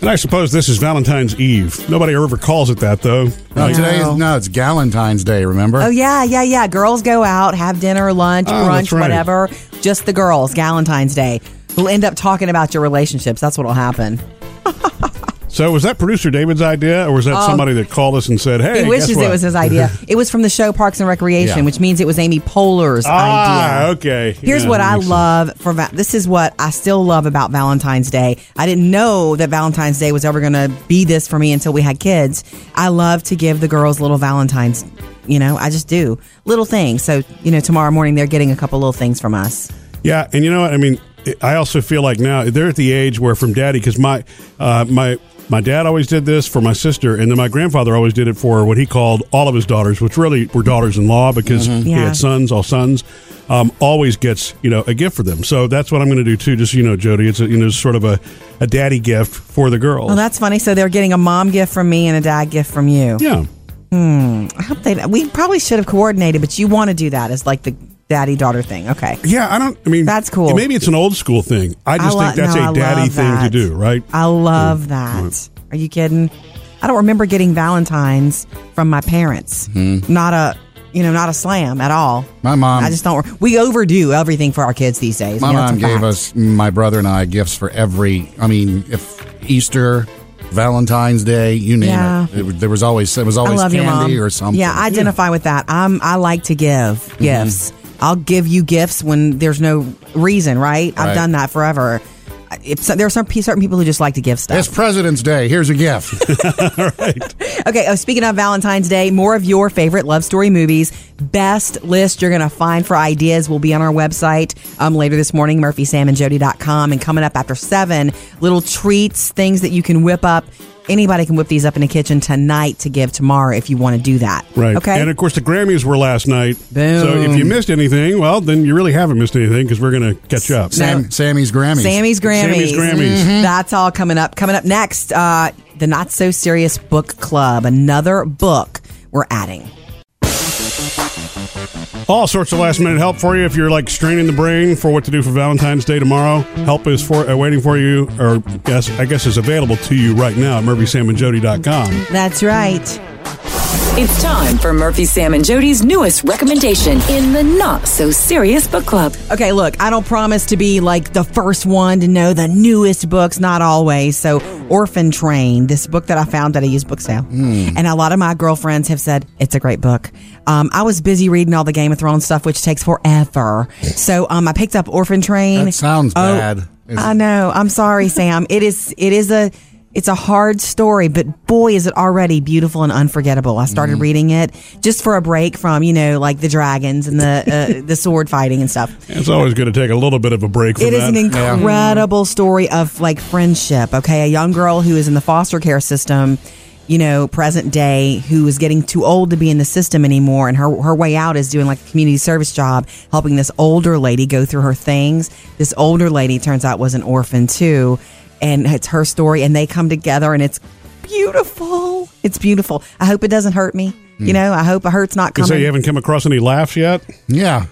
And I suppose this is Valentine's Eve. Nobody ever calls it that, though. No, Right? today No. is no. It's Galentine's Day. Remember? Oh yeah, yeah, yeah. Girls go out, have dinner, lunch, Oh, that's brunch, right. whatever. Just the girls. Valentine's Day. We'll end up talking about your relationships. That's what'll happen. So was that producer David's idea, or was that somebody that called us and said, "Hey, Oh. he wishes guess what? it was his idea. it was from the show Parks and Recreation, Yeah. which means it was Amy Poehler's Ah, idea. okay. Here's Yeah, what that I makes sense. love for va- this is what I still love about Valentine's Day. I didn't know that Valentine's Day was ever going to be this for me until we had kids. I love to give the girls little Valentines. You know, I just do little things. So you know, tomorrow morning they're getting a couple little things from us. Yeah, and you know what? I mean, it- I also feel like now they're at the age where from daddy because my uh, my my dad always did this for my sister, and then my grandfather always did it for what he called all of his daughters, which really were daughters-in-law because he Mm-hmm. Yeah. had sons, all sons. Um, always gets you know a gift for them, so that's what I'm going to do too. Just you know, Jody, it's a, you know sort of a, a daddy gift for the girls. Well, that's funny. So they're getting a mom gift from me and a dad gift from you. yeah, I hope they. We probably should have coordinated, but you want to do that as like the daddy daughter thing. Okay. yeah. I don't. I mean, That's cool. Maybe it's an old school thing. I just lo- think that's no, I a daddy love thing to that. do, right? Mm. I love that. Are you kidding? I don't remember getting Valentines from my parents. Hmm. Not a, you know, not a slam at all. My mom- I just don't. We overdo everything for our kids these days. My you know, it's a mom gave fact. us, my brother and I, gifts for every. I mean, if Easter, Valentine's Day, you name Yeah. it. It- There was always it was I always love your mom. candy or something. Hmm. Mm-hmm. Yeah, I identify with that. I'm. I like to give gifts. I'll give you gifts when there's no reason. Right? I've Right. done that forever. If so, there are some pe- certain people who just like to give stuff. It's President's Day. Here's a gift. Okay, oh, speaking of Valentine's Day, more of your favorite love story movies. Best list you're going to find for ideas will be on our website um, later this morning, murphysamandjody.com. And coming up after seven, little treats, things that you can whip up. Anybody can whip these up in the kitchen tonight to give tomorrow if you want to do that. Right. Okay. And of course, the Grammys were last night. Boom. So if you missed anything, well, then you really haven't missed anything because we're going to catch up. Sam, Sammy's Grammys. Sammy's Grammys. Mm-hmm. Sammy's Grammys. That's all coming up. Coming up next, uh, the Not So Serious Book Club, another book we're adding. All sorts of last minute help for you if you're like straining the brain for what to do for Valentine's Day tomorrow. Help is for uh, waiting for you, or guess I guess is available to you right now at murphysamandjody.com. That's right. It's time for Murphy, Sam, and Jody's newest recommendation in the Not So Serious Book Club. Okay, look, I don't promise to be like the first one to know the newest books, not always. So, Orphan Train, this book that I found at a used book sale. And a lot of my girlfriends have said it's a great book. Um, I was busy reading all the Game of Thrones stuff, which takes forever. So, um, I picked up Orphan Train. That sounds Oh, bad. It's- I know. I'm sorry, Sam. It is. It is a. It's a hard story, but boy, is it already beautiful and unforgettable. I started reading it just for a break from you know like the dragons and the uh, the sword fighting and stuff. It's always going to take a little bit of a break from It is that. an incredible story of like friendship. Okay, a young girl who is in the foster care system, you know, present day, who is getting too old to be in the system anymore, and her her way out is doing like a community service job, helping this older lady go through her things. This older lady turns out was an orphan too, and it's her story, and they come together, and it's beautiful. It's beautiful. I hope it doesn't hurt me. Hmm. You know, I hope a hurt's not You coming. say you haven't come across any laughs yet? yeah.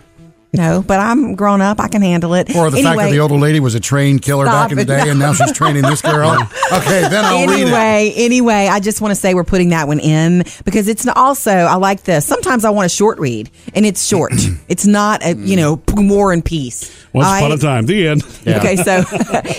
no, but I'm grown up. I can handle it. Or the fact that Anyway- the older lady was a trained killer Stop back in the it. day, and now she's training this girl. Okay, then I'll read it. anyway, anyway, I just want to say we're putting that one in because it's also I like this. Sometimes I want a short read, and it's short. it's not a you know more and peace. Once All upon a right? time, the end. Yeah. Okay, so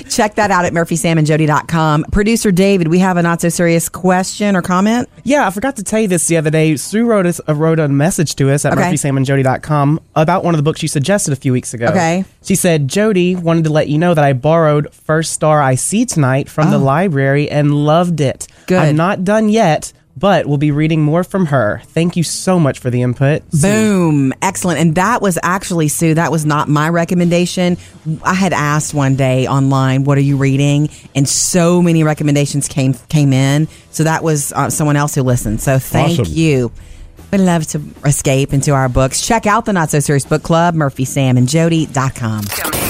check that out at murphysamandjody.com. Producer David, we have a not so serious question or comment. Yeah, I forgot to tell you this the other day. Sue wrote us uh, wrote a message to us at Okay. murphysamandjody.com about one of the books you suggested a few weeks ago. Okay. She said, Jody wanted to let you know that I borrowed First Star I See Tonight from the library and loved it. Oh. Good. I'm not done yet, but we'll be reading more from her. Thank you so much for the input. Boom. Excellent. And that was actually, Sue, that was not my recommendation. I had asked one day online, what are you reading? And so many recommendations came came in. So that was uh, someone else who listened. So thank Awesome. you. We love to escape into our books. Check out the Not So Serious Book Club, murphysamandjody.com.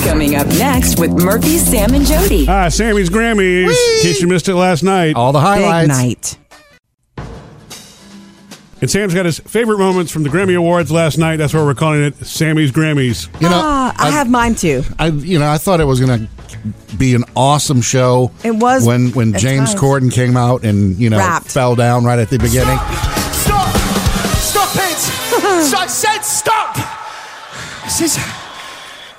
Coming up next with Murphy, Sam, and Jody. Ah, Sammy's Grammys. In case you missed it last night. All the Big highlights. night. And Sam's got his favorite moments from the Grammy Awards last night. That's why we're calling it Sammy's Grammys. You know, ah, I I- have mine too. I you know I thought it was going to be an awesome show. It was when when at James times. Corden came out and you know Rapped. fell down right at the beginning. Stop! Stop it! so I said stop! This is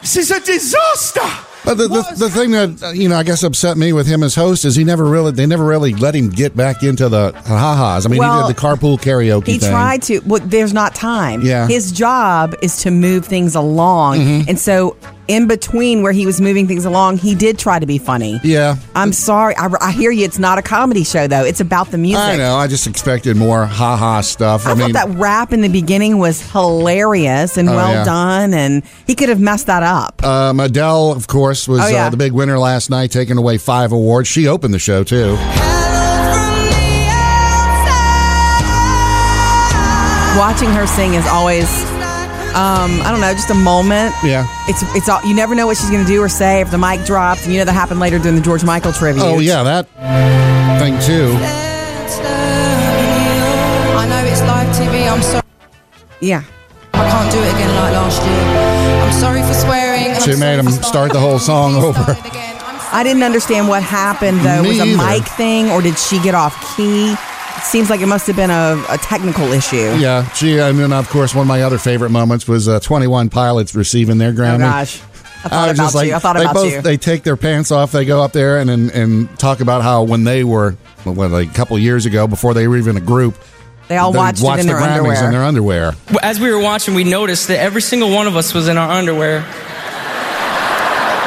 this is a disaster! But the, the, the thing that uh, you know, I guess, upset me with him as host is he never really they never really let him get back into the ha-has. I mean, Well, he did the carpool karaoke. He thing. tried to. Well, there's not time. Yeah. Mm-hmm. His job is to move things along, and so in between where he was moving things along, he did try to be funny. Yeah. I'm sorry. I, I hear you. It's not a comedy show though. It's about the music. I know. I just expected more ha-ha stuff. I, I, mean, thought that rap in the beginning was hilarious and Oh, well yeah. done, and he could have messed that up. um, Adele, of course, was Oh, yeah. uh, the big winner last night, taking away five awards. She opened the show too. Watching her sing is always, um, I don't know, just a moment. Yeah. It's it's all you never know what she's going to do or say if the mic drops, and you know that happened later during the George Michael tribute. Oh yeah, that thing too. I know it's live TV. I'm sorry. yeah. I can't do it again like last year. I'm sorry for swearing. and She I'm made sorry him for start the whole song Please over. start it again. I'm I didn't understand what happened though. Me was it a either. mic thing or did she get off key? It seems like it must have been a, a technical issue. Yeah, she and then of course one of my other favorite moments was uh, Twenty One Pilots receiving their Grammy. Oh gosh. I thought was about you. I thought they about both you. they take their pants off, they go up there and and, and talk about how when they were well, what, like a couple years ago before they were even a group, They all they watched, it in the their Grammys underwear. in their underwear. As we were watching, we noticed that every single one of us was in our underwear.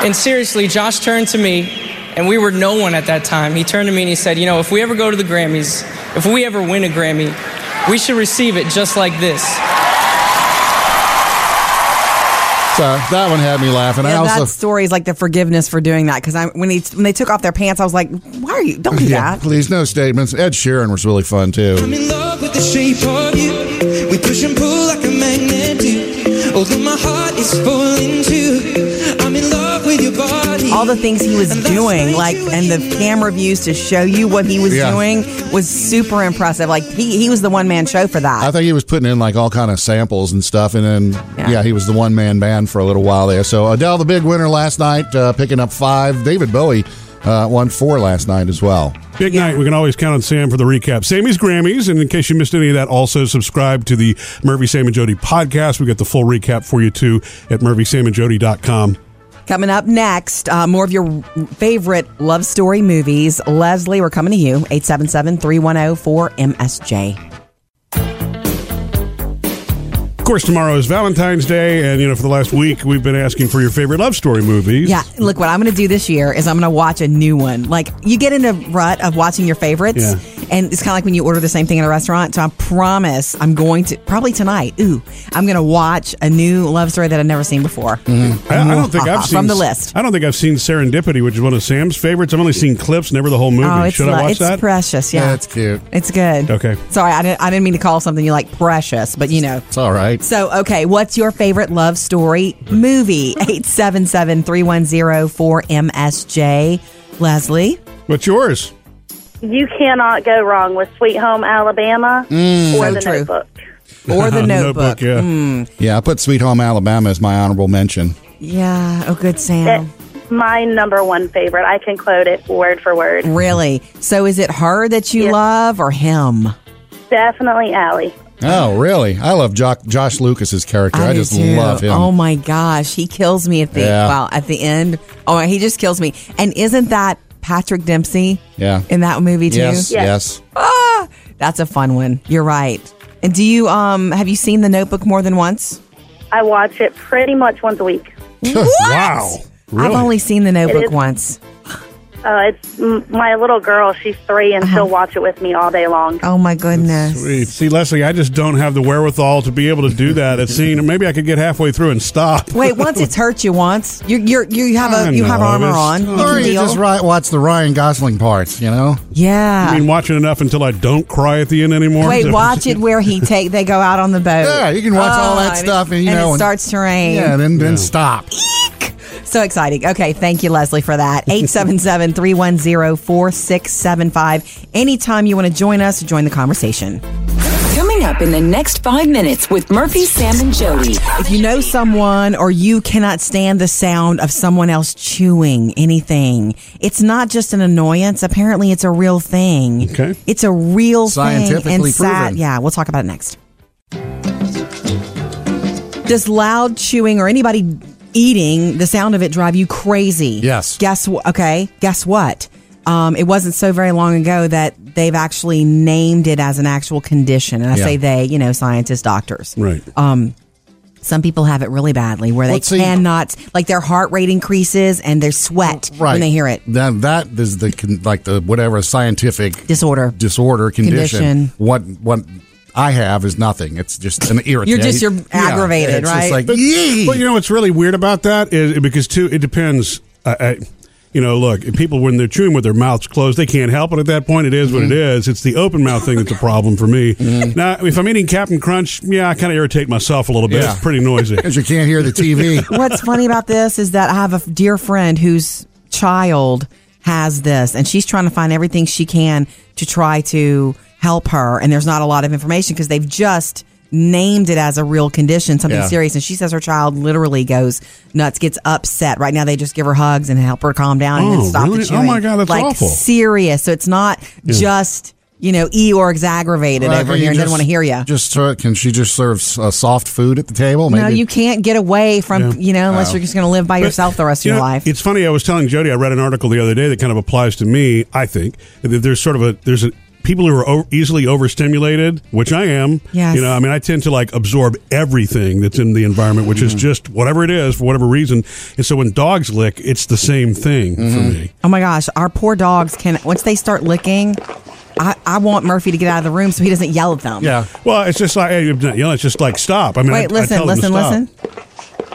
And seriously, Josh turned to me, and we were no one at that time. He turned to me and he said, You know, if we ever go to the Grammys, if we ever win a Grammy, we should receive it just like this. So that one had me laughing. I Yeah, also that story is like the forgiveness for doing that because I when he when they took off their pants, I was like, "Why are you? Don't do yeah, that." please no statements. Ed Sheeran was really fun too. I'm in love with the shape of you. We push and pull like a magnet do. Although my heart is falling too. I'm in love with your body. All the things he was And that's doing, why like you and the ain't camera views to show you what he was Yeah. doing was super impressive. Like he he was the one man show for that. I think he was putting in like all kind of samples and stuff, and then Yeah. yeah, he was the one man band for a little while there. So Adele, the big winner last night, uh, picking up five. David Bowie uh, won four last night as well. Big night. We can always count on Sam for the recap. Sammy's Grammys. And in case you missed any of that, also subscribe to the Murphy, Sam, and Jody podcast. We got the full recap for you, too, at murphysamandjody.com. Coming up next, uh, more of your favorite love story movies. Leslie, we're coming to you oh, 877-310-4MSJ. Of course, tomorrow is Valentine's Day. And, you know, for the last week, we've been asking for your favorite love story movies. Yeah, look what I'm going to do this year is I'm going to watch a new one. Like you get in a rut of watching your favorites Yeah. and it's kind of like when you order the same thing at a restaurant. So I promise I'm going to probably tonight. Ooh, I'm going to watch a new love story that I've never seen before. Mm-hmm. I, I don't think Uh-huh, I've seen from the list. I don't think I've seen Serendipity, which is one of Sam's favorites. I've only seen clips, never the whole movie. Oh, it's Should I lo- watch it's that? precious. Yeah. That's cute. It's good. Okay. Sorry, I didn't I didn't mean to call something you like precious, but you know. It's all right. So, okay, what's your favorite love story movie? 877 310 4MSJ. Leslie? What's yours? You cannot go wrong with Sweet Home Alabama or Mm. So the true. Notebook. Or The Notebook? Mm-hmm. yeah. Yeah, I put Sweet Home Alabama as my honorable mention. Yeah. Oh, good, It's Sam. my number one favorite. I can quote it word for word. Mm. really? So, is it her that you Yeah. love or him? Definitely Allie. Oh, really? I love jo- Josh Lucas's character. I, do just too. love him. Oh, my gosh. He kills me at the, Yeah. well, at the end. Oh, he just kills me. And isn't that Patrick Dempsey yeah. in that movie, too? Yes, yes. Yes. Ah, that's a fun one. You're right. And do you um have you seen The Notebook more than once? I watch it pretty much once a week. Wow. Really? I've only seen The It Notebook is- once. Uh, it's m- my little girl. She's three, and she'll watch it with me all day long. Uh-huh. Oh my goodness. Sweet. See, Leslie, I just don't have the wherewithal to be able to do that at scene. Maybe I could get halfway through and stop. Wait, once it's hurt you once, you you you have I a you have know, armor it's on. You tough. Or can you deal. just ri- watch the Ryan Gosling parts, you know? I yeah. mean, watching enough until I don't cry at the end anymore. Wait, watch it where he take they go out on the boat. Yeah, you can watch all Oh, that stuff and, you know. it starts to rain. Yeah, then, then stop. So exciting. Okay, thank you, Leslie, for that. 877 310 4675. Anytime you want to join us, join the conversation. Coming coming up in the next five minutes with Murphy, Sam, and Jody. If you know someone or you cannot stand the sound of someone else chewing anything, it's not just an annoyance. Apparently, it's a real thing. Okay. It's a real thing. Scientifically and sad- proven. Yeah, we'll talk about it next. Does loud chewing or anybody eating, the sound of it drive you crazy? Yes. Guess what? Okay. Guess what? Um, it wasn't so very long ago that they've actually named it as an actual condition. And I Yeah. say they, you know, scientists, doctors. Right. Um, some people have it really badly where they Let's see. cannot, like their heart rate increases and their sweat right when they hear it. Now that is the con- like the whatever scientific disorder disorder condition. Condition. What what I have is nothing. It's just an irritation. just- you're aggravated, it's right? Just like, But, but you know what's really weird about that is because too it depends. I, I, you know, look, if people when they're chewing with their mouths closed, they can't help it. At that point, it is what it Mm-hmm. is. It's the open mouth thing that's a problem for me. Now, if I'm eating Captain Crunch, yeah, I kind of irritate myself a little bit. Yeah. It's pretty noisy. because you can't hear the TV. What's funny about this is that I have a f- dear friend whose child has this, and she's trying to find everything she can to try to help her. And there's not a lot of information because they've just named it as a real condition, something Yeah. serious. And she says her child literally goes nuts, gets upset. Right now, they just give her hugs and help her calm down and Oh, then stop really? the Oh chewing. my God, that's like, awful. Serious. So it's not Yeah. just you know Eeyore aggravated Right, over you here and just- didn't want to hear you. Just uh, can she just serve s- uh, soft food at the table? Maybe. No, you can't get away from Yeah. you know unless Oh. you're just going to live by yourself the rest of You your know, life. It's funny. I was telling Jody. I read an article the other day that kind of applies to me. I think that there's sort of a there's a people who are o- easily overstimulated, which I am. Yes. You know, I mean, I tend to like absorb everything that's in the environment, which Mm-hmm. is just whatever it is for whatever reason. And so when dogs lick, it's the same thing Mm-hmm. for me. Oh my gosh, our poor dogs can once they start licking, I, I want Murphy to get out of the room so he doesn't yell at them. yeah. Well, it's just like hey, you're not yelling. It's just like stop. I mean, I- Wait, I listen, tell them to listen, stop. listen.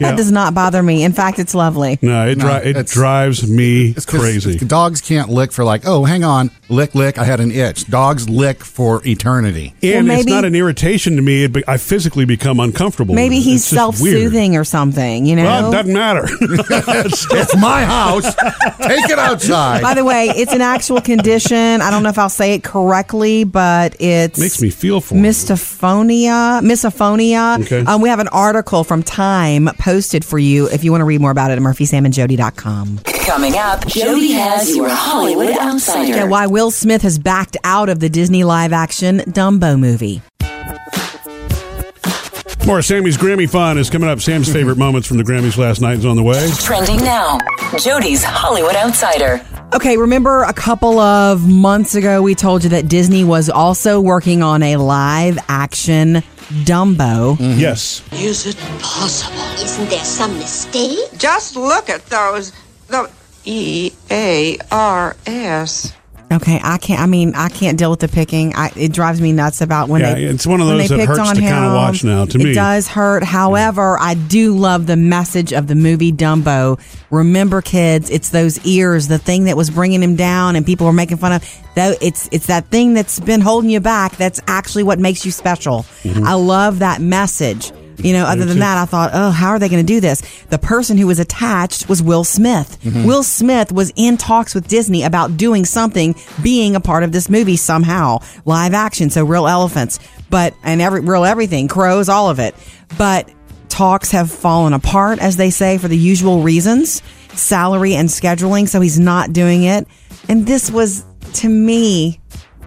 Yeah. That does not bother me. In fact, it's lovely. no, it, No, dri- it it's- drives me It's 'cause crazy. Dogs can't lick for like, oh, hang on, lick, lick. I had an itch. Dogs lick for eternity. And Well, it's maybe- not an irritation to me. It be- I physically become uncomfortable. Maybe with it. he's It's just self weird. soothing or something, you know? Well, it doesn't matter. it's my house. Take it outside. By the way, it's an actual condition. I don't know if I'll say it correctly, but it's Makes me feel for him. Mistophonia, misophonia. Okay. Um, we have an article from Time posted for you if you want to read more about it at murphysamandjody.com. Coming up, Jody has your Hollywood Outsider. Yeah, why Will Smith has backed out of the Disney live action Dumbo movie. More Sammy's Grammy fun is coming up. Sam's favorite moments from the Grammys last night is on the way. Trending now, Jody's Hollywood Outsider. Okay, remember a couple of months ago we told you that Disney was also working on a live action Dumbo. Mm. Yes. Oh, Is it possible? Isn't there some mistake? Just look at those. The E A R S. Okay, I can't. I mean, I can't deal with the picking. I, it drives me nuts about when Yeah, they. it's one of when those they that picked hurts on to him. kinda watch now, to it me. does hurt. However, I do love the message of the movie Dumbo. Remember, kids, it's those ears, the thing that was bringing him down, and people were making fun of. Though it's it's that thing that's been holding you back. That's actually what makes you special. Mm-hmm. I love that message. You know, other than that, I thought, oh, how are they going to do this? The person who was attached was Will Smith. Will Smith was in talks with Disney about doing something, being a part of this movie somehow, live action, so real elephants, but and every real everything, crows, all of it. But talks have fallen apart, as they say, for the usual reasons, salary and scheduling. So he's not doing it. And this was, to me,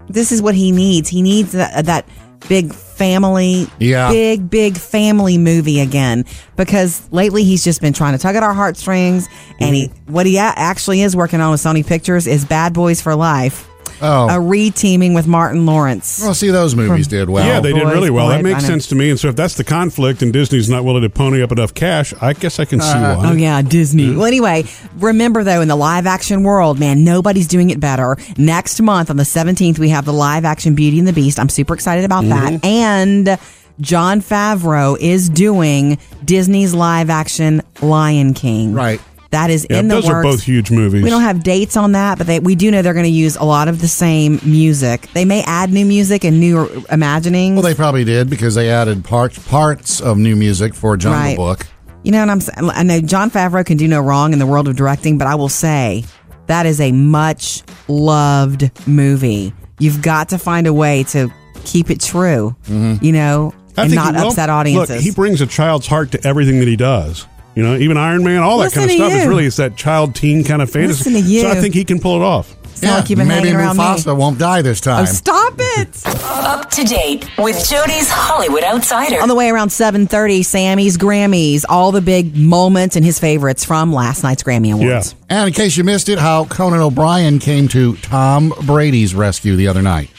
this is what he needs. He needs that, that big family, Yeah. big, big family movie again. Because lately he's just been trying to tug at our heartstrings. And he, Mm-hmm. what he a- actually is working on with Sony Pictures is Bad Boys for Life, oh, a reteaming with Martin Lawrence. well, see, those movies did well. yeah, they did boys, really well. that boys, makes I know. sense to me. And so if that's the conflict and Disney's not willing to pony up enough cash, I guess I can see why. Oh yeah, Disney. Mm-hmm. Well, anyway, remember though, in the live action world, man, nobody's doing it better. Next month on the seventeenth, we have the live action Beauty and the Beast. I'm super excited about Mm-hmm. that. And John Favreau is doing Disney's live action Lion King. Right. That is Yeah, in the those works. are both huge movies. We don't have dates on that, but they, we do know they're going to use a lot of the same music. They may add new music and new imaginings. Well, they probably did because they added parts parts of new music for Jungle Right. Book. You know what I'm saying? I know John Favreau can do no wrong in the world of directing, but I will say that is a much loved movie. You've got to find a way to keep it true, you know, and Mm-hmm. think not he will. upset audiences. Look, he brings a child's heart to everything that he does. You know, even Iron Man, all Listen that kind to of stuff is you. really it's that child teen kind of fantasy. Listen to you. So I think he can pull it off. It's not like you've been Maybe hanging around me. Mufasa won't die this time. Oh, stop it! Up to date with Jody's Hollywood Outsider. On the way around 7:30, Sammy's Grammys, all the big moments and his favorites from last night's Grammy Awards. And in case you missed it, how Conan O'Brien came to Tom Brady's rescue the other night.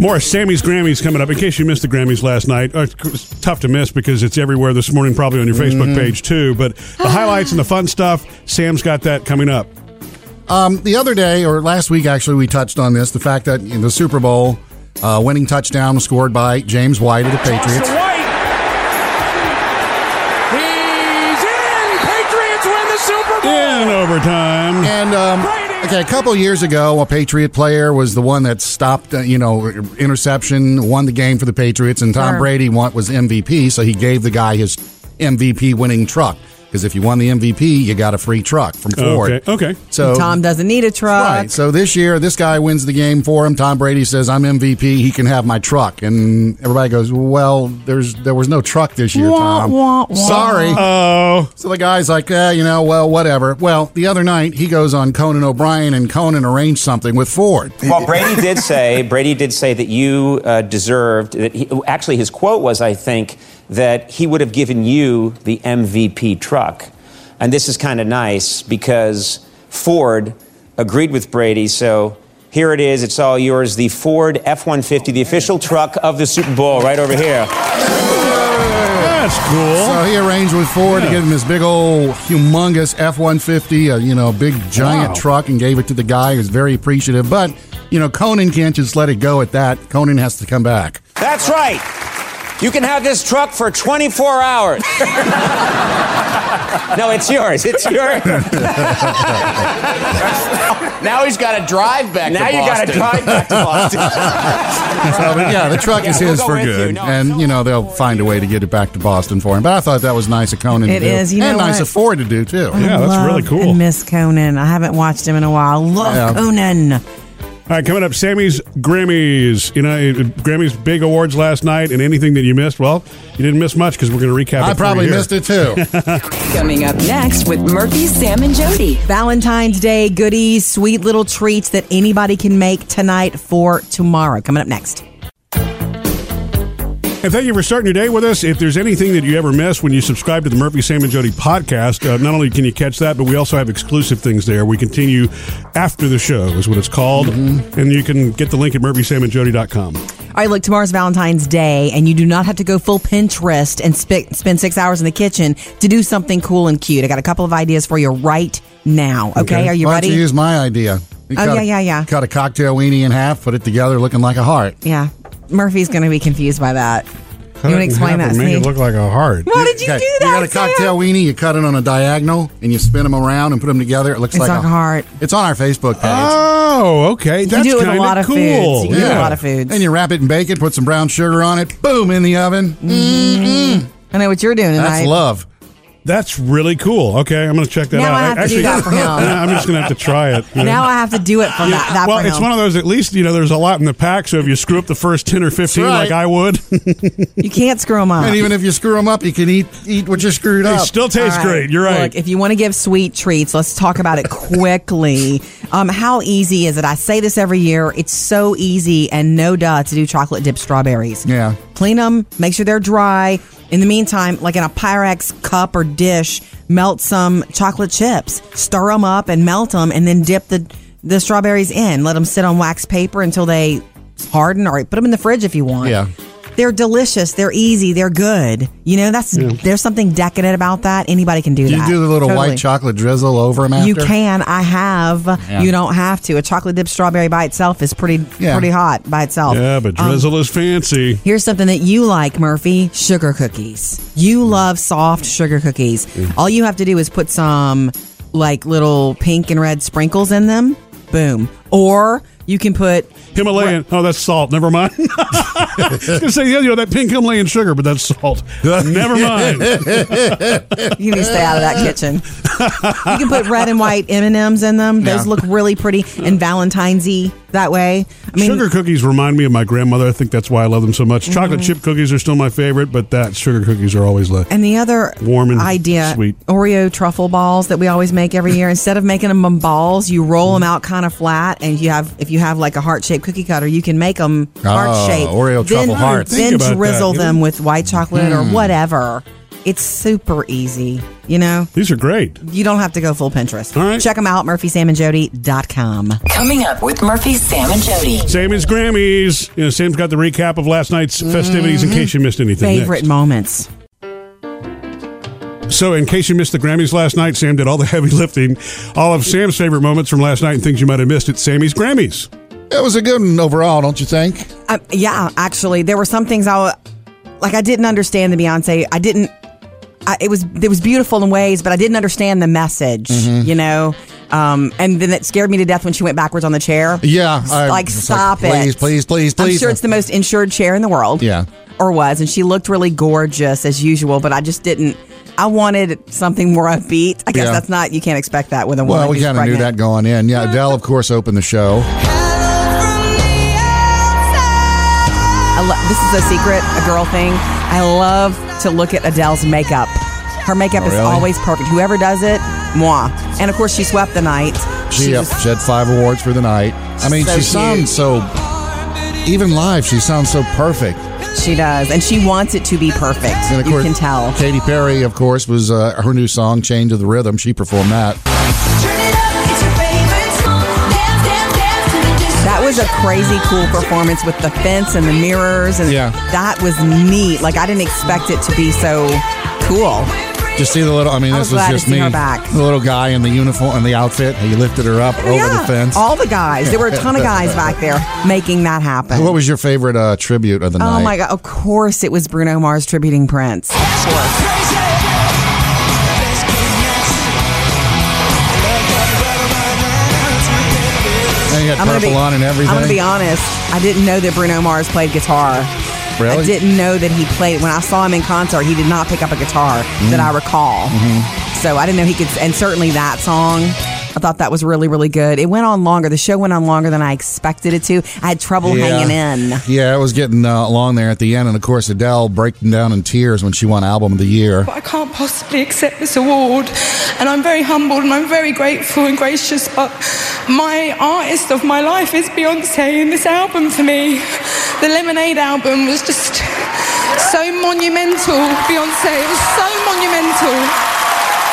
More of Sammy's Grammys coming up. In case you missed the Grammys last night, uh, it's tough to miss because it's everywhere this morning, probably on your Facebook page too. But the highlights and the fun stuff, Sam's got that coming up. Um, the other day, or last week, actually, we touched on this the fact that in the Super Bowl, uh, winning touchdown was scored by James White of the Patriots. He's in! Patriots win the Super Bowl! In overtime. And um, okay, a couple years ago, a Patriot player was the one that stopped, uh, you know, interception, won the game for the Patriots, and Tom Sure. Brady won, was MVP, so he gave the guy his MVP winning truck because if you won the MVP, you got a free truck from Ford. Okay. Oh. Okay. So Tom doesn't need a truck. Right. So this year, this guy wins the game for him. Tom Brady says, "I'm MVP. He can have my truck." And everybody goes, "Well, there's there was no truck this year, Wah, Tom. wah, wah. Sorry." Oh, so the guy's like, eh, you know, well, whatever. Well, the other night he goes on Conan O'Brien, and Conan arranged something with Ford. Well, Brady did say Brady did say that you uh, deserved that. He, actually, his quote was, "I think that he would have given you the MVP truck," and this is kind of nice because Ford agreed with Brady. So here it is; it's all yours. The Ford F-150, the official truck of the Super Bowl, right over here. that's So cool. he arranged with Ford Yeah. to give him this big old humongous F one fifty, you know, big giant Wow. truck, and gave it to the guy. He was very appreciative, but you know, Conan can't just let it go at that. Conan has to come back. That's right. You can have this truck for 24 hours. no, it's yours. It's yours. Now he's got to drive back now to you Boston. got to drive back to Boston. So, but yeah, the truck is Yeah, we'll his go for with you. good, No, and you know they'll find a way to get it back to Boston for him. But I thought that was nice of Conan. It to is, do. you and know nice what? of Ford to do too. Yeah, that's really Love cool. And miss Conan. I haven't watched him in a while. Love Yeah. Conan. All right, coming up, Sammy's Grammys. You know, it- Grammys big awards last night, and anything that you missed, well, you didn't miss much because we're going to recap. I it for probably you here. missed it too. Coming up next with Murphy, Sam, and Jody. Valentine's Day goodies, sweet little treats that anybody can make tonight for tomorrow. Coming up next. And thank you for starting your day with us. If there's anything that you ever miss when you subscribe to the Murphy, Sam, and Jody podcast, uh, not only can you catch that, but we also have exclusive things there. We continue after the show, is what it's called. Mm-hmm. And you can get the link at murphysamandjody.com. All right, look, tomorrow's Valentine's Day, and you do not have to go full Pinterest and sp- spend six hours in the kitchen to do something cool and cute. I got a couple of ideas for you right now. Okay, are you Why ready? Don't you use my idea. You Oh, cut a- yeah, yeah, yeah. Cut a cocktail weenie in half, put it together, looking like a heart. yeah, Murphy's going to be confused by that. You want to explain that to Make me? it look like a heart. Why did you Okay, do that? You got a Sam? cocktail weenie, you cut it on a diagonal, and you spin them around and put them together. It looks It's like, like a heart. It's on our Facebook page. Oh, okay. can That's do it with a kinda lot of cool. foods. You can do it with a lot of foods. And you wrap it and bake it, put some brown sugar on it, boom, in the oven. Mm-hmm. I know what you're doing tonight. That's love. That's really cool. Okay, I'm going to check that Now out. I have to do that for him. I'm just going to have to try it. you know. Now I have to do it for that. that well, for it's him. one of those. At least you know there's a lot in the pack. So if you screw up the first ten or fifteen, right. like I would, they you can't screw him up. And even if you screw them up, you can eat eat what you screwed up. still taste Oh, All great. You're right. Look, if you want to give sweet treats, let's talk about it quickly. um, how easy is it? I say this every year. It's so easy and no duh to do chocolate dipped strawberries. Yeah. Clean them, make sure they're dry. In the meantime, like in a Pyrex cup or dish, melt some chocolate chips, stir them up and melt them, and then dip the, the strawberries in. Let them sit on wax paper until they harden or put them in the fridge if you want. Yeah. They're delicious. They're easy. They're good. You know, that's there's something decadent about that. Anybody can do Do that. you do the little Totally. white chocolate drizzle over them after? You can. I have. Yeah. You don't have to. A chocolate dipped strawberry by itself is pretty Yeah. pretty hot by itself. yeah, but Um, drizzle is fancy. Here's something that you like, Murphy sugar cookies. You Mm. love soft sugar cookies. All you have to do is put some like little pink and red sprinkles in them. Boom. Or you can put Himalayan. Oh, that's salt. Never mind. I was going to say, yeah, you know, that pink Himalayan sugar, but that's salt. Never mind. you need to stay out of that kitchen. you can put red and white M and M's in them. Those Yeah. look really pretty and Valentine's-y that way. I mean, sugar cookies remind me of my grandmother. I think that's why I love them so much. Chocolate Mhm. chip cookies are still my favorite, but that sugar cookies are always like And the other warm and idea, sweet. Oreo truffle balls that we always make every year. Instead of making them in balls, you roll them out kind of flat, and you have if you have like a heart shaped cookie cutter, you can make them Oh, heart shaped. Oreo truffle hearts. Then Think about drizzle that. them with white chocolate Hmm. or whatever. It's super easy. You know, these are great. You don't have to go full Pinterest. All right, check them out. MurphySamandJody.com. Coming up with Murphy, Sam, and Jody. Same as Grammys. You know, Sam's got the recap of last night's festivities in case you missed anything. Mm-hmm. Favorite moments. So, in case you missed the Grammys last night, Sam did all the heavy lifting. All of Sam's favorite moments from last night and things you might have missed at Sammy's Grammys. It was a good one overall, don't you think? Uh, yeah, actually, there were some things I wa- like. I didn't understand the Beyonce. I didn't. I, it was it was beautiful in ways, but I didn't understand the message. Mhm. You know, um, and then it scared me to death when she went backwards on the chair. Yeah, S- I- like it's like, stop please, it, please, please, I'm please. sure it's the most insured chair in the world. Yeah. or was, and she looked really gorgeous as usual. But I just didn't. I wanted something more upbeat. I guess Yeah. that's not you can't expect that with a woman. Well, we who's kind of knew pregnant. that going in. Yeah, Adele, of course, opened the show. I lo- this is a secret, a girl thing. I love to look at Adele's makeup. Her makeup Oh, is really? always perfect. Whoever does it, moi. And of course, she swept the night. She, up, she had five awards for the night. I mean, So she cute. sounds so, even live, she sounds so perfect. She does, and she wants it to be perfect. And of you course, can tell. Katy Perry, of course, was uh, her new song, Chain to the Rhythm. She performed that. That was a crazy cool performance with the fence and the mirrors, and Yeah. that was neat. Like I didn't expect it to be so cool. Just see the little, I mean, I this was glad to just see me. her back. The little guy in the uniform and the outfit, he lifted her up over the fence. All the guys. There were a ton of guys back there making that happen. What was your favorite uh, tribute of the night? Oh my god! Of course, it was Bruno Mars tributing Prince. And you had I'm gonna purple be- on and everything. I'm gonna be honest. I didn't know that Bruno Mars played guitar. Really? I didn't know that he played. When I saw him in concert, he did not pick up a guitar Mm. that I recall. Mm-hmm. So I didn't know he could. And certainly that song. I thought that was really, really good. It went on longer. The show went on longer than I expected it to. I had trouble hanging in. Yeah, it was getting uh, along there at the end, and of course Adele breaking down in tears when she won Album of the Year. But I can't possibly accept this award. And I'm very humbled and I'm very grateful and gracious. But my artist of my life is Beyonce, and this album for me, the Lemonade album, was just so monumental. Beyonce, it was so monumental.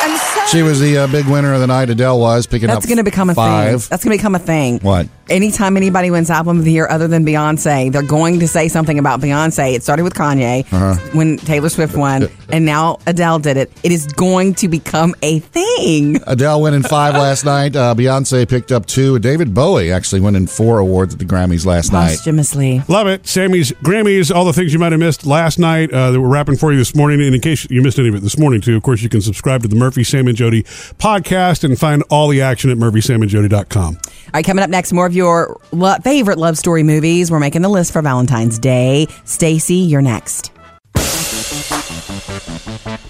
And so. She was the uh, big winner of the night. Adele was picking up. That's going to become a five. thing. That's going to become a thing. What? Anytime anybody wins album of the year other than Beyonce, they're going to say something about Beyonce. It started with Kanye Uh-huh. when Taylor Swift won, and now Adele did it. It is going to become a thing. Adele went in five last night. Uh, Beyonce picked up two. David Bowie actually went in four awards at the Grammys last night. Posthumously. Love it. Sammy's Grammys, all the things you might have missed last night uh, that we're wrapping for you this morning. And in case you missed any of it this morning, too, of course, you can subscribe to the Murphy, Sam, and Jody podcast and find all the action at murphysamandjody.com. All right, coming up next, more of your lo- favorite love story movies. We're making the list for Valentine's Day. Stacy, you're next.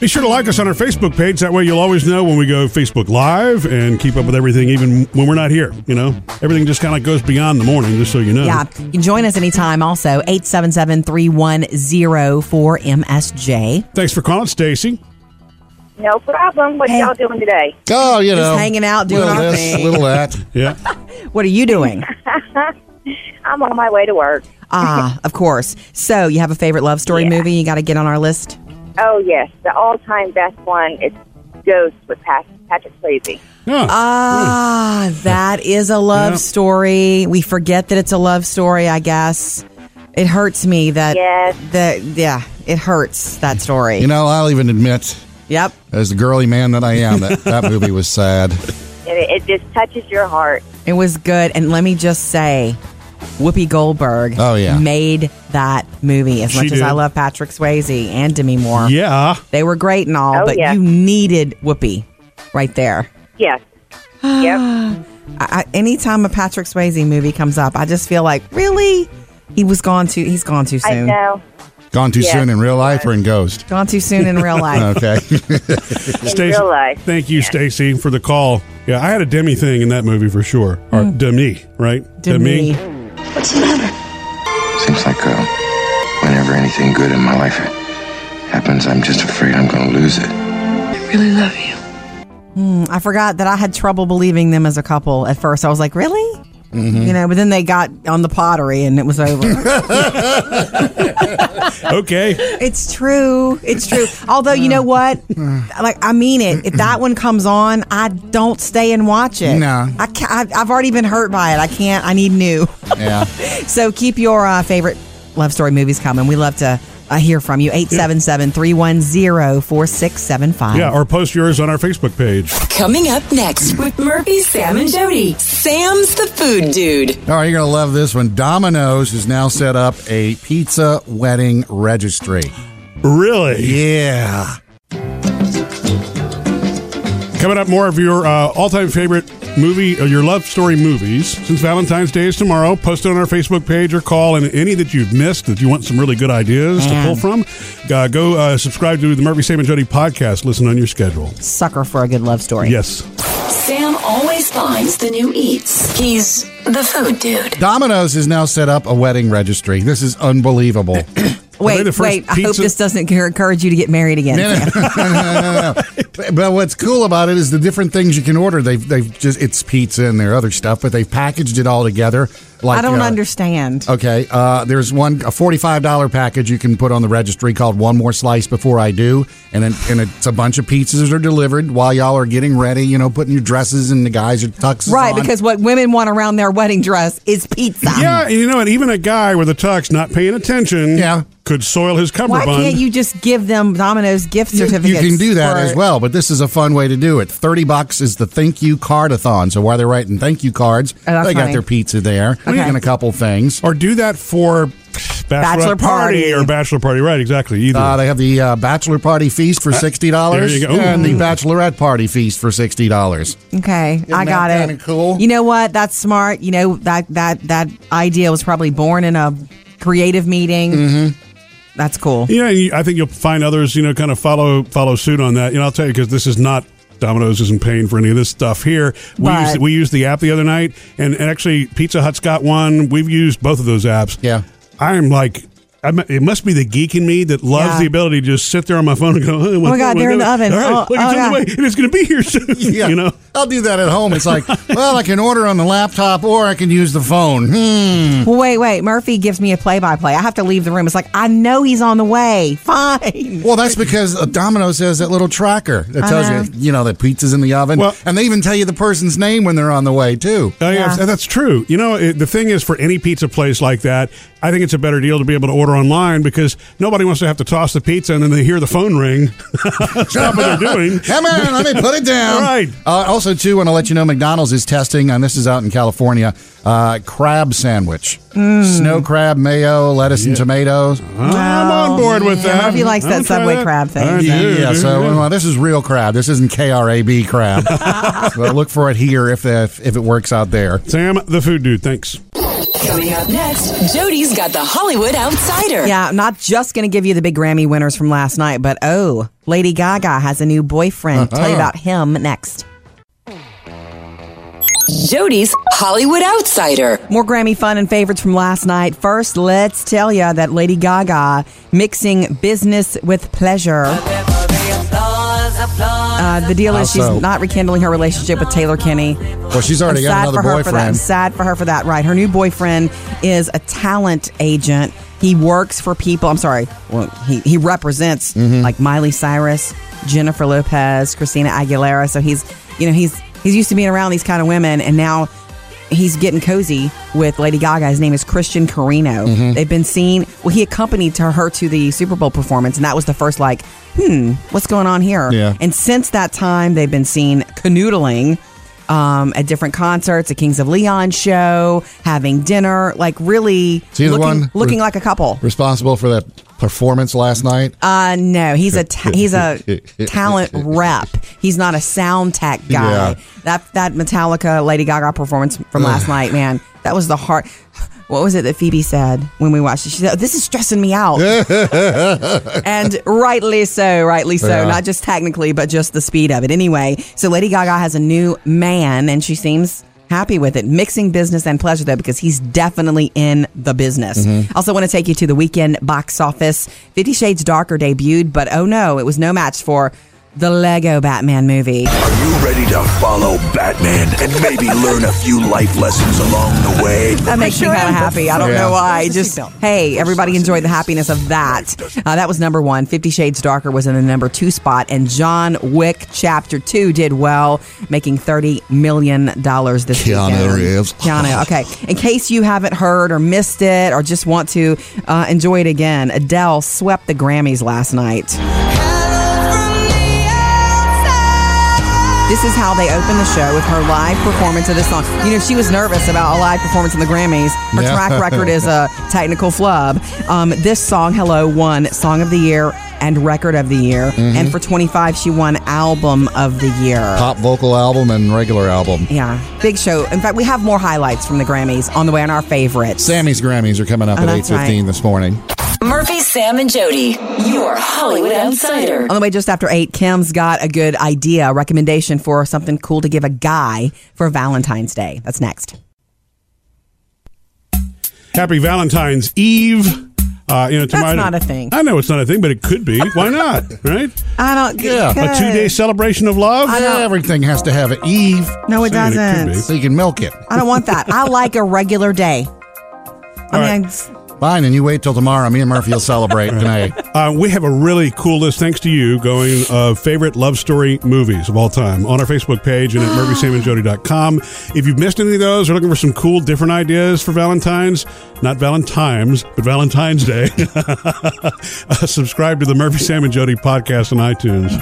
Be sure to like us on our Facebook page. That way you'll always know when we go Facebook Live and keep up with everything, even when we're not here. You know, everything just kind of goes beyond the morning, just so you know. Yeah, you can join us anytime also, 877 310 4MSJ. Thanks for calling, Stacy. No problem. What y'all doing today? Oh, you Just know, hanging out, doing little our this, thing. little that. yeah. What are you doing? I'm on my way to work. Ah, of course. So you have a favorite love story movie you got to get on our list? Oh yes, the all-time best one is Ghost with Pat- Patrick Swayze. Ah, that is a love Yeah. story. We forget that it's a love story, I guess. It hurts me that that yeah, it hurts that story. You know, I'll even admit. Yep. As the girly man that I am, that, that movie was sad. It, it just touches your heart. It was good and let me just say Whoopi Goldberg Oh, yeah. made that movie as She much as did. I love Patrick Swayze and Demi Moore. Yeah. They were great and all, Oh, but yeah. you needed Whoopi right there. Yes. yep. I, I, anytime a Patrick Swayze movie comes up, I just feel like really he was gone too. He's gone too I soon. know. Gone too Yes. soon in real life or in Ghost? Gone too soon in real life. okay. Stacey, Thank you, Stacy, for the call. Yeah, I had a Demi thing in that movie for sure. Or Demi, right? Demi. What's the matter? Seems like uh, whenever anything good in my life happens, I'm just afraid I'm going to lose it. I really love you. Hmm, I forgot that I had trouble believing them as a couple at first. I was like, really? You know, but then they got on the pottery and it was over. okay. it's true. It's true. Although, you know what? Like, I mean it. If that one comes on, I don't stay and watch it. No. I ca I, I've already been hurt by it. I can't. I need new. Yeah. so keep your uh, favorite love story movies coming. We love to uh, hear from you. 877 310 4675. Yeah, or post yours on our Facebook page. Coming up next with Murphy, Sam, and Jody. Sam's the food dude. All right, you're going to love this one. Domino's has now set up a pizza wedding registry. Really? Yeah. Coming up, more of your uh, all time favorite movie, or your love story movies. Since Valentine's Day is tomorrow, post it on our Facebook page or call, and any that you've missed that you want some really good ideas to Man. pull from, uh, go uh, subscribe to the Murphy, Sam, and Jody podcast. Listen on your schedule. Sucker for a good love story. Yes. Sam always finds the new eats. He's the food dude. Domino's has now set up a wedding registry. This is unbelievable. Wait, wait. I hope this doesn't encourage you to get married again. Sam. no, no, no, no. But what's cool about it is the different things you can order. They've they've just it's pizza and their other stuff, but they've packaged it all together. Like I don't uh, understand. Okay, uh, there's one a forty-five dollar package you can put on the registry called "One More Slice Before I Do," and then and it's a bunch of pizzas are delivered while y'all are getting ready. You know, putting your dresses and the guys are tuxes Right, on. because what women want around their wedding dress is pizza. Yeah, and you know, and even a guy with a tux not paying attention yeah. could soil his Why cummerbund. can't you just give them Domino's gift You- certificates? You can do that for- as well, but this is a fun way to do it. Thirty bucks is the thank you card-a-thon. So while they're writing thank you cards, Oh, that's they got funny. their pizza there Okay. and a couple things. Or do that for Bachelor party. or bachelor party, right? Exactly. Either. Uh, they have the uh, bachelor party feast for Uh, sixty there dollars, you go. and the Ooh. bachelorette party feast for sixty dollars. Okay, I got that it. kinda cool? You know what? That's smart. You know that that that idea was probably born in a creative meeting. Mm-hmm. That's cool. Yeah, and you, I think you'll find others, you know, kind of follow follow suit on that. You know, I'll tell you because this is not Domino's isn't paying for any of this stuff here. We But- used, we used the app the other night, and, and actually Pizza Hut's got one. We've used both of those apps. Yeah, I am like. I'm, it must be the geek in me that loves Yeah. the ability to just sit there on my phone and go, "Oh, my God, they're in the oven. All right, Oh, look, it's oh, on yeah. the way, and it's going to be here soon." Yeah. You know, I'll do that at home. It's like, well, I can order on the laptop or I can use the phone. Hmm. Well, wait, wait. Murphy gives me a play-by-play. I have to leave the room. It's like I know he's on the way. Fine. Well, that's because uh, Domino's has that little tracker that I tells know. you, you know, that pizza's in the oven, and they even tell you the person's name when they're on the way too. Oh, yeah, that's true. You know, it, the thing is, for any pizza place like that, I think it's a better deal to be able to order online because nobody wants to have to toss the pizza and then they hear the phone ring. Stop what they're doing. Come on, let me put it down. All right. Uh, also, too, want to let you know McDonald's is testing, and this is out in California, uh, crab sandwich, Hmm. snow crab, mayo, lettuce, and tomatoes. Uh-huh. I'm on board with Yeah, that. Murphy likes that I'll try Subway crab thing. I do, Yeah, yeah, do, so do. well, this is real crab. This isn't KRAB crab. but look for it here if, if if it works out there. Sam, the food dude. Thanks. Coming up next, Jody's got the Hollywood Outsider. Yeah, I'm not just going to give you the big Grammy winners from last night, but oh, Lady Gaga has a new boyfriend. Tell you Uh-huh. about him next. Jody's Hollywood Outsider. More Grammy fun and favorites from last night. First, let's tell you that Lady Gaga mixing business with pleasure. Uh, the deal is How she's so? not rekindling her relationship with Taylor Kinney. Well, she's already I'm got sad another for her For that. I'm boyfriend. sad for her for that. Right. Her new boyfriend is a talent agent. He works for people. I'm sorry. Well, he, he represents Mm-hmm. like Miley Cyrus, Jennifer Lopez, Christina Aguilera. So he's, you know, he's he's used to being around these kind of women, and now he's getting cozy with Lady Gaga. His name is Christian Carino. Mm-hmm. They've been seen. Well, he accompanied to her to the Super Bowl performance, and that was the first like, hmm, what's going on here? Yeah. And since that time, they've been seen canoodling um, at different concerts, a Kings of Leon show, having dinner, like really See the looking, one? looking like a couple. Responsible for that performance last night. Uh, no, he's a ta- he's a talent rep. He's not a sound tech guy. Yeah. That that Metallica Lady Gaga performance from last night, man, that was the heart. what was it that Phoebe said when we watched it? She said, "Oh, "This is stressing me out," and rightly so, rightly so. Yeah. Not just technically, but just the speed of it. Anyway, so Lady Gaga has a new man, and she seems happy with it, mixing business and pleasure though, because he's definitely in the business. Mhm. Also, want to take you to the weekend box office. Fifty Shades Darker debuted, but oh no, it was no match for the Lego Batman movie. Are you ready to follow Batman and maybe learn a few life lessons along the way? That makes me kind of happy. I don't Yeah. know why. Just hey, everybody enjoy the happiness of that. Uh, that was number one. Fifty Shades Darker was in the number two spot, and John Wick Chapter Two did well, making thirty million dollars this Keanu weekend. Reeves. Keanu. Okay. In case you haven't heard or missed it, or just want to uh, enjoy it again, Adele swept the Grammys last night. This is how they opened the show with her live performance of this song. You know, she was nervous about a live performance in the Grammys. Her Yeah. track record is a technical flub. Um, this song, Hello, won Song of the Year and Record of the Year. Mhm. And for 25, she won Album of the Year. Pop vocal album and regular album. Yeah, big show. In fact, we have more highlights from the Grammys on the way on our favorites. Sammy's Grammys are coming up Oh, at eight that's right. fifteen this morning. Murphy, Sam, and Jody, your Hollywood Outsider. On the way just after eight, Kim's got a good idea, a recommendation for something cool to give a guy for Valentine's Day. That's next. Happy Valentine's Eve. Uh, you know, That's tomorrow. not a thing. I know it's not a thing, but it could be. Why not? Right? I don't. A two day celebration of love. I don't- Everything has to have an Eve. No, it Saying it could doesn't. be. So you can milk it. I don't want that. I like a regular day. I mean, Fine, and you wait till tomorrow. Me and Murphy will celebrate tonight. Uh, we have a really cool list, thanks to you, going uh, favorite love story movies of all time on our Facebook page and at murphysamandjody.com. If you've missed any of those or looking for some cool, different ideas for Valentine's, not Valentine's, but Valentine's Day, uh, subscribe to the Murphy, Sam, and Jody podcast on iTunes.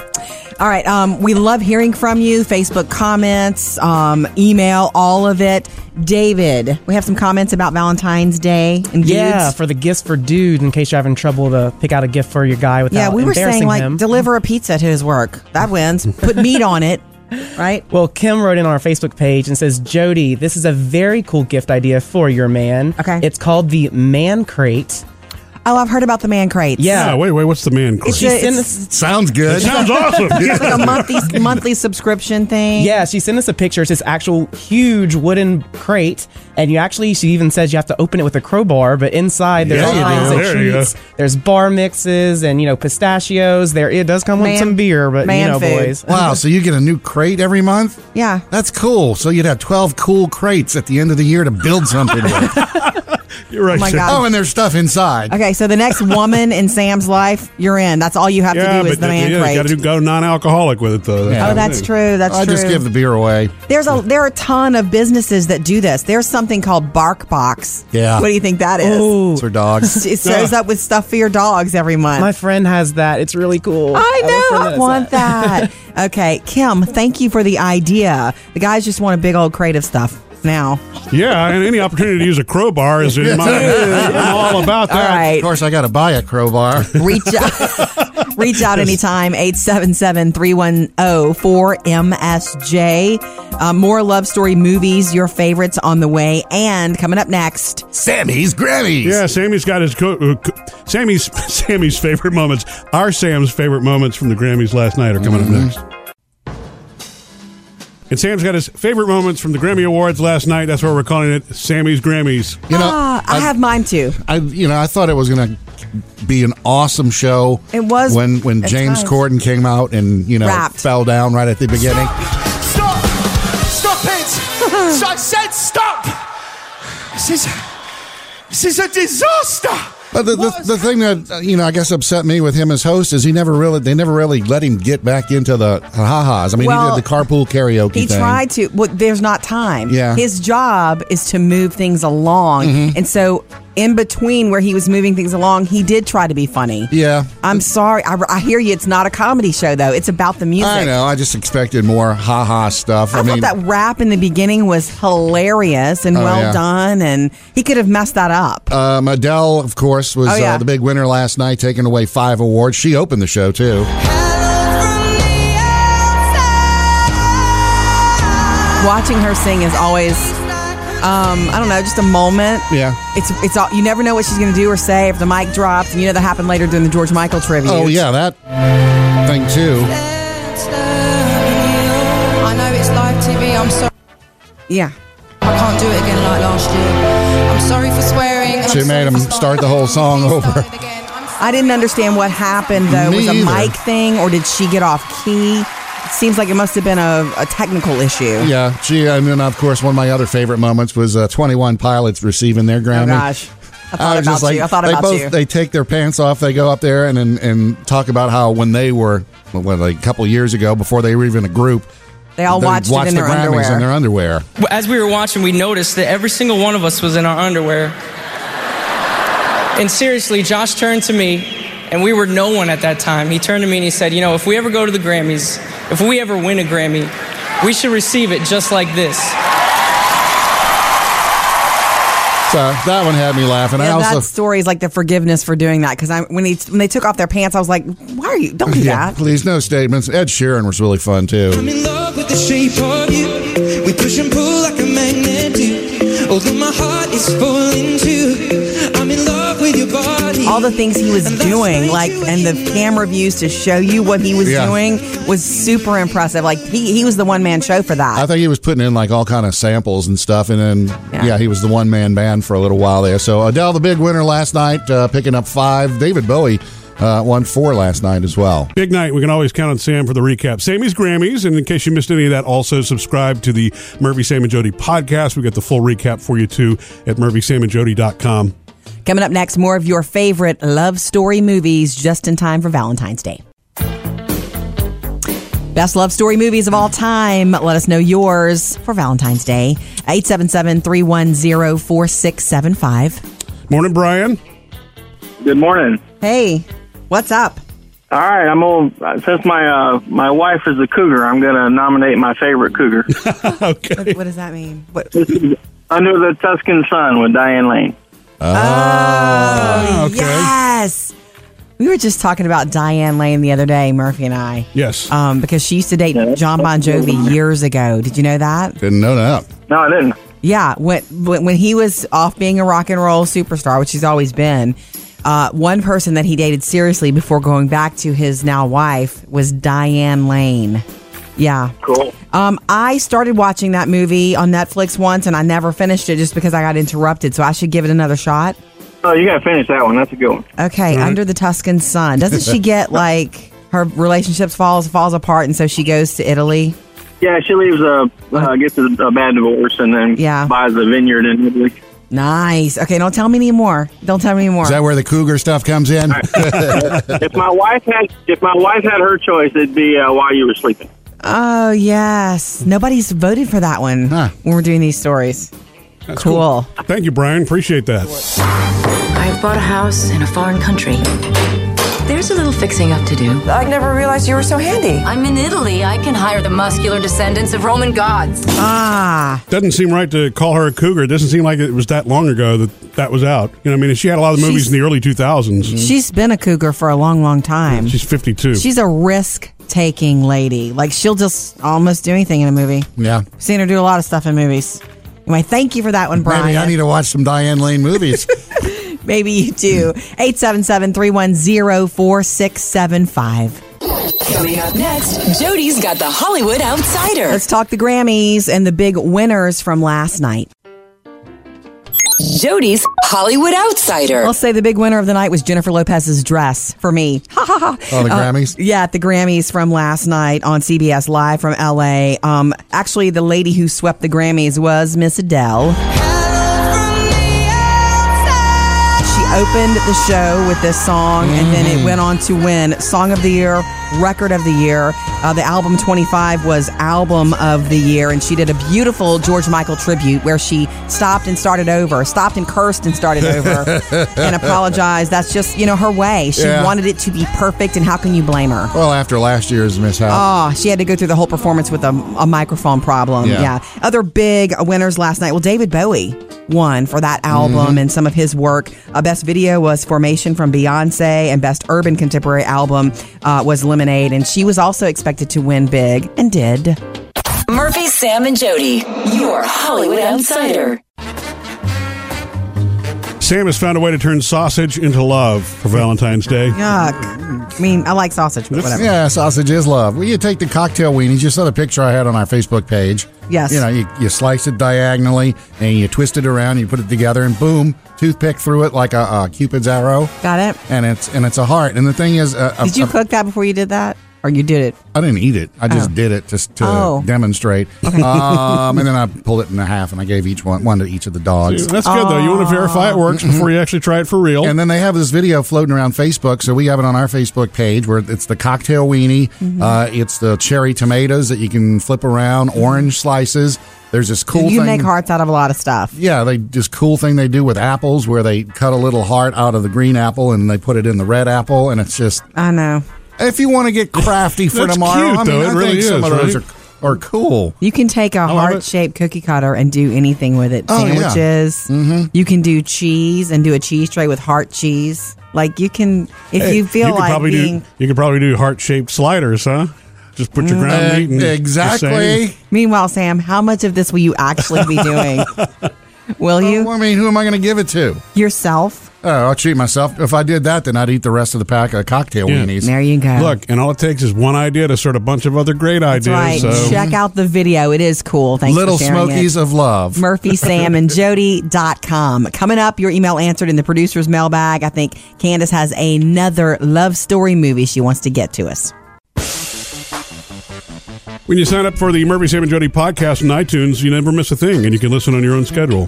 All right. Um, we love hearing from you. Facebook comments, um, email, all of it. David, we have some comments about Valentine's Day and Yeah, dudes. for the gifts for dude, in case you're having trouble to pick out a gift for your guy without Yeah, we were embarrassing saying like him. deliver a pizza to his work. That wins. Put meat on it. right? Well, Kim wrote in on our Facebook page and says, Jody, this is a very cool gift idea for your man. Okay. It's called the Man Crate. Oh, I've heard about the man crates. Yeah. Ah, wait, wait, what's the man Oh. It's crate? a- it's- sounds good. it's like a monthly monthly subscription thing. Yeah, she sent us a picture. It's this actual huge wooden crate, and you actually, she even says you have to open it with a crowbar. But inside, there's Yeah, all you kinds do. of There you go. treats. There's bar mixes and you know pistachios. There, it does come with Man- some beer, but you know, boys. Wow, so you get a new crate every month? Yeah. That's cool. So you'd have 12 cool crates at the end of the year to build something with. You're right, Oh my Sam. God. Oh, and there's stuff inside. Okay, so the next woman in Sam's life, you're in. That's all you have to do is the man crate. got to go non alcoholic with it, though. Oh, the that's thing. true, that's I just true. give the beer away. There's a there are a ton of businesses that do this. There's something called BarkBox. Yeah. What do you think that is? It's for dogs. It shows up with stuff for your dogs every month. My friend has that. It's really cool. I have a know. friend I has want that. okay, Kim, thank you for the idea. The guys just want a big old creative stuff now. Yeah, and any opportunity to use a crowbar is in my. I'm all about that. Of course, I got to buy a crowbar. Reach out, reach out anytime, oh, 877-310-4MSJ. Uh, more love story movies, your favorites on the way. And coming up next, Sammy's Grammys. Yeah, Sammy's got his co- uh, co- Sammy's Sammy's favorite moments. Our Sam's favorite moments from the Grammys last night are coming up next. And Sam's got his favorite moments from the Grammy Awards last night. That's why we're calling it Sammy's Grammys. You know, Ah, I have mine too. I you know I thought it was gonna be an awesome show. It was when when at James times. Corden came out and you know Rapped. fell down right at the beginning. Stop! Stop it! so I said stop! This is this is a disaster! But the, the, the thing that uh, you know I guess upset me with him as host is he never really they never really let him get back into the ha-has. I mean Well, he did the carpool karaoke. He thing. tried to. Well, there's not time. Yeah. Mm-hmm. His job is to move things along, and so in between where he was moving things along, he did try to be funny. Yeah. I'm sorry. I, I hear you. It's not a comedy show though. It's about the music. I know. I just expected more ha-ha stuff. I, I, mean, thought that rap in the beginning was hilarious and Oh, well yeah. done, and he could have messed that up. um, Adele, of course, was Oh, yeah. uh, the big winner last night, taking away five awards. She opened the show too. Watching her sing is always um, I don't know, just a moment. Yeah. It's it's all you never know what she's going to do or say if the mic drops, and you know that happened later during the George Michael tribute. Oh yeah, that thing too. I know it's live TV. I'm sorry. Yeah. I can't do it again like last year. I'm sorry for swearing. and She I'm made him start the whole song over. I didn't understand what happened though. Me was a either. mic thing, or did she get off key? It seems like it must have been a, a technical issue. Yeah, she and then of course one of my other favorite moments was uh, Twenty One Pilots receiving their Grammy. Oh, gosh. I thought was about just like, you. I thought they about both you. they take their pants off, they go up there and and, and talk about how when they were well, what, like a couple years ago before they were even a group, They all they watched, it in the their Grammys underwear. in their underwear. As we were watching, we noticed that every single one of us was in our underwear. And seriously, Josh turned to me, and we were no one at that time. He turned to me and he said, You know, if we ever go to the Grammys, if we ever win a Grammy, we should receive it just like this. So that one had me laughing. I Yeah, also that story is like the forgiveness for doing that because I when he when they took off their pants, I was like, "Why are you? Don't do yeah, that." please no statements. Ed Sheeran was really fun too. in love with the shape of you. We push and pull like a magnet do. Although my heart is falling too. I'm in love with your body. All the things he was doing, like, and the camera views to show you what he was Yeah. doing was super impressive. Like he he was the one man show for that. I think he was putting in like all kind of samples and stuff, and then yeah, he was the one man band for a little while there. So Adele, the big winner last night, uh, picking up five. David Bowie uh, won four last night as well. Big night. We can always count on Sam for the recap. Sammy's Grammys. And in case you missed any of that, also subscribe to the Murphy, Sam, and Jody podcast. We got the full recap for you, too, at murphysamandjody.com. Coming up next, more of your favorite love story movies just in time for Valentine's Day. Best love story movies of all time. Let us know yours for Valentine's Day. 877 310 4675. Morning, Brian. Good morning. Hey, what's up? All right, I'm gonna since my uh, my wife is a cougar, I'm gonna nominate my favorite cougar. What, what does that mean? What? Under the Tuscan Sun with Diane Lane. Oh, yes. We were just talking about Diane Lane the other day, Murphy and I. Yes. Um, because she used to date John Bon Jovi years ago. Did you know that? Didn't know that. No, I didn't. Yeah, when, when when he was off being a rock and roll superstar, which he's always been, uh, one person that he dated seriously before going back to his now wife was Diane Lane. Yeah. Cool. Um, I started watching that movie on Netflix once and I never finished it just because I got interrupted. So I should give it another shot. Oh, you gotta finish that one. That's a good one. Okay, Mm-hmm. Mhm. under the Tuscan sun. Doesn't she get like her relationships falls falls apart and so she goes to Italy? Yeah, she leaves a uh, gets a, a bad divorce and then Yeah. buys a vineyard in Italy. Nice. Okay, don't tell me any more. Don't tell me any more. Is that where the cougar stuff comes in? if my wife had if my wife had her choice, it'd be uh, while you were sleeping. Oh yes, nobody's voted for that one when we're doing these stories. cool. Thank you, Brian. Appreciate that. I've bought a house in a foreign country. There's a little fixing up to do. I never realized you were so handy. I'm in Italy. I can hire the muscular descendants of Roman gods. Ah. Doesn't seem right to call her a cougar. It doesn't seem like it was that long ago that that was out. You know, what I mean, she had a lot of the movies She's- in the early 2000s. She's been a cougar for a long, long time. She's 52. She's a risk taking lady. Like she'll just almost do anything in a movie. Yeah. Seen her do a lot of stuff in movies. Anyway, thank you for that one, Brian. Maybe I need to watch some Diane Lane movies. Maybe you do. 877 310 4675. Coming up next, Jody's got the Hollywood Outsider. Let's talk the Grammys and the big winners from last night. Jody's Hollywood Outsider. I'll say the big winner of the night was Jennifer Lopez's dress for me. Ha ha ha. Oh, the Uh, Grammys? yeah, at the Grammys from last night on CBS Live from LA. Um, actually, the lady who swept the Grammys was Miss Adele. She opened the show with this song, and then it went on to win Song of the Year, Record of the Year. Uh, the album 25 was Album of the Year, and she did a beautiful George Michael tribute where she stopped and started over, stopped and cursed and started over, and apologized. That's just, you know, her way. She Yeah. wanted it to be perfect, and how can you blame her? well, after last year's mishap. Oh, she had to go through the whole performance with a, a microphone problem. Yeah. Yeah. Other big winners last night. Well, David Bowie won for that Mm-hmm. album Mhm. and some of his work. Uh, best video was Formation from Beyonce, and best urban contemporary album uh, was Lemonade. And she was also expected to win big and did. Murphy, Sam, and Jody, your Hollywood Outsider. Sam has found a way to turn sausage into love for Valentine's Day. Yuck. I mean, I like sausage, but whatever. Yeah, sausage is love. Well, you take the cocktail weenies. You saw the picture I had on our Facebook page. Yes. You know, you, you slice it diagonally and you twist it around. You put it together, and boom, toothpick through it like a, a cupid's arrow. Got it. And it's and it's a heart. And the thing is, a, a, Did you a- cook that before you did that? Or you did it? I didn't eat it. I just Oh. did it just to Oh. demonstrate. Okay. Um, and then I pulled it in half, and I gave each one one to each of the dogs. That's good, though. You want to verify it works Mm-hmm. before you actually try it for real. And then they have this video floating around Facebook, so we have it on our Facebook page where it's the cocktail weenie, Mhm. uh, it's the cherry tomatoes that you can flip around, orange slices. There's this cool Mm-hmm. you thing. make hearts out of a lot of stuff. yeah, they this cool thing they do with apples where they cut a little heart out of the green apple and they put it in the red apple, and it's just I know. If you want to get crafty for That's tomorrow, cute, I mean, though. I It really think some is, of those right? are, are cool. You can take a heart shaped cookie cutter and do anything with it. Oh, yeah. Sandwiches. Mm-hmm. You can do cheese and do a cheese tray with heart cheese. Like you can, if Hey, you feel could like probably being. Mm, do, you could probably do heart shaped sliders, huh? Just put your ground Uh, meat and the same. Meanwhile, Sam, how much of this will you actually be doing? will Oh, you? I mean, who am I going to give it to? Yourself. Oh, I'll treat myself. If I did that, then I'd eat the rest of the pack of cocktail Yeah. weenies. There you go. Look, and all it takes is one idea to sort a bunch of other great That's right. ideas. So. Check out the video. It is cool. Thanks Little for sharing Smokies it. of Love. Murphy, Sam, and Jody.com. Coming up, your email answered in the producer's mailbag. I think Candace has another love story movie she wants to get to us. When you sign up for the Murphy, Sam, and Jody podcast on iTunes, you never miss a thing, and you can listen on your own schedule.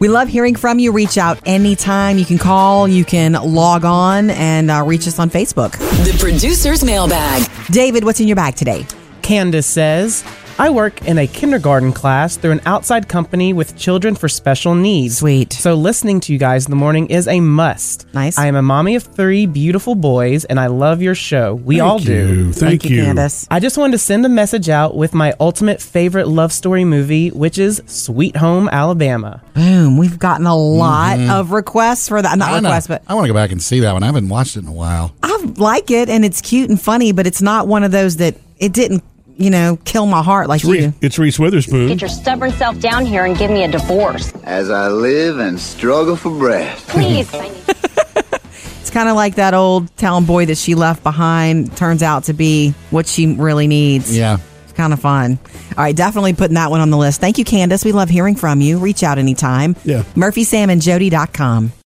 We love hearing from you. Reach out anytime. You can call, you can log on, and uh, reach us on Facebook. The producer's mailbag. David, what's in your bag today? Candace says, I work in a kindergarten class through an outside company with children for special needs. Sweet. So listening to you guys in the morning is a must. Nice. I am a mommy of three beautiful boys, and I love your show. We Thank all do. you. Thank Thank you, you. Candace. I just wanted to send a message out with my ultimate favorite love story movie, which is Sweet Home Alabama. Boom. We've gotten a lot Mm-hmm. Mhm. of requests for that. Not I know. requests, but I want to go back and see that one. I haven't watched it in a while. I like it, and it's cute and funny, but it's not one of those that it didn't, you know, kill my heart like It's Reese, you. it's Reese Witherspoon. Get your stubborn self down here and give me a divorce. As I live and struggle for breath. Please. It's kind of like that old town boy that she left behind turns out to be what she really needs. Yeah. It's kind of fun. All right, definitely putting that one on the list. Thank you, Candace. We love hearing from you. Reach out anytime. Yeah. MurphySamandJody.com.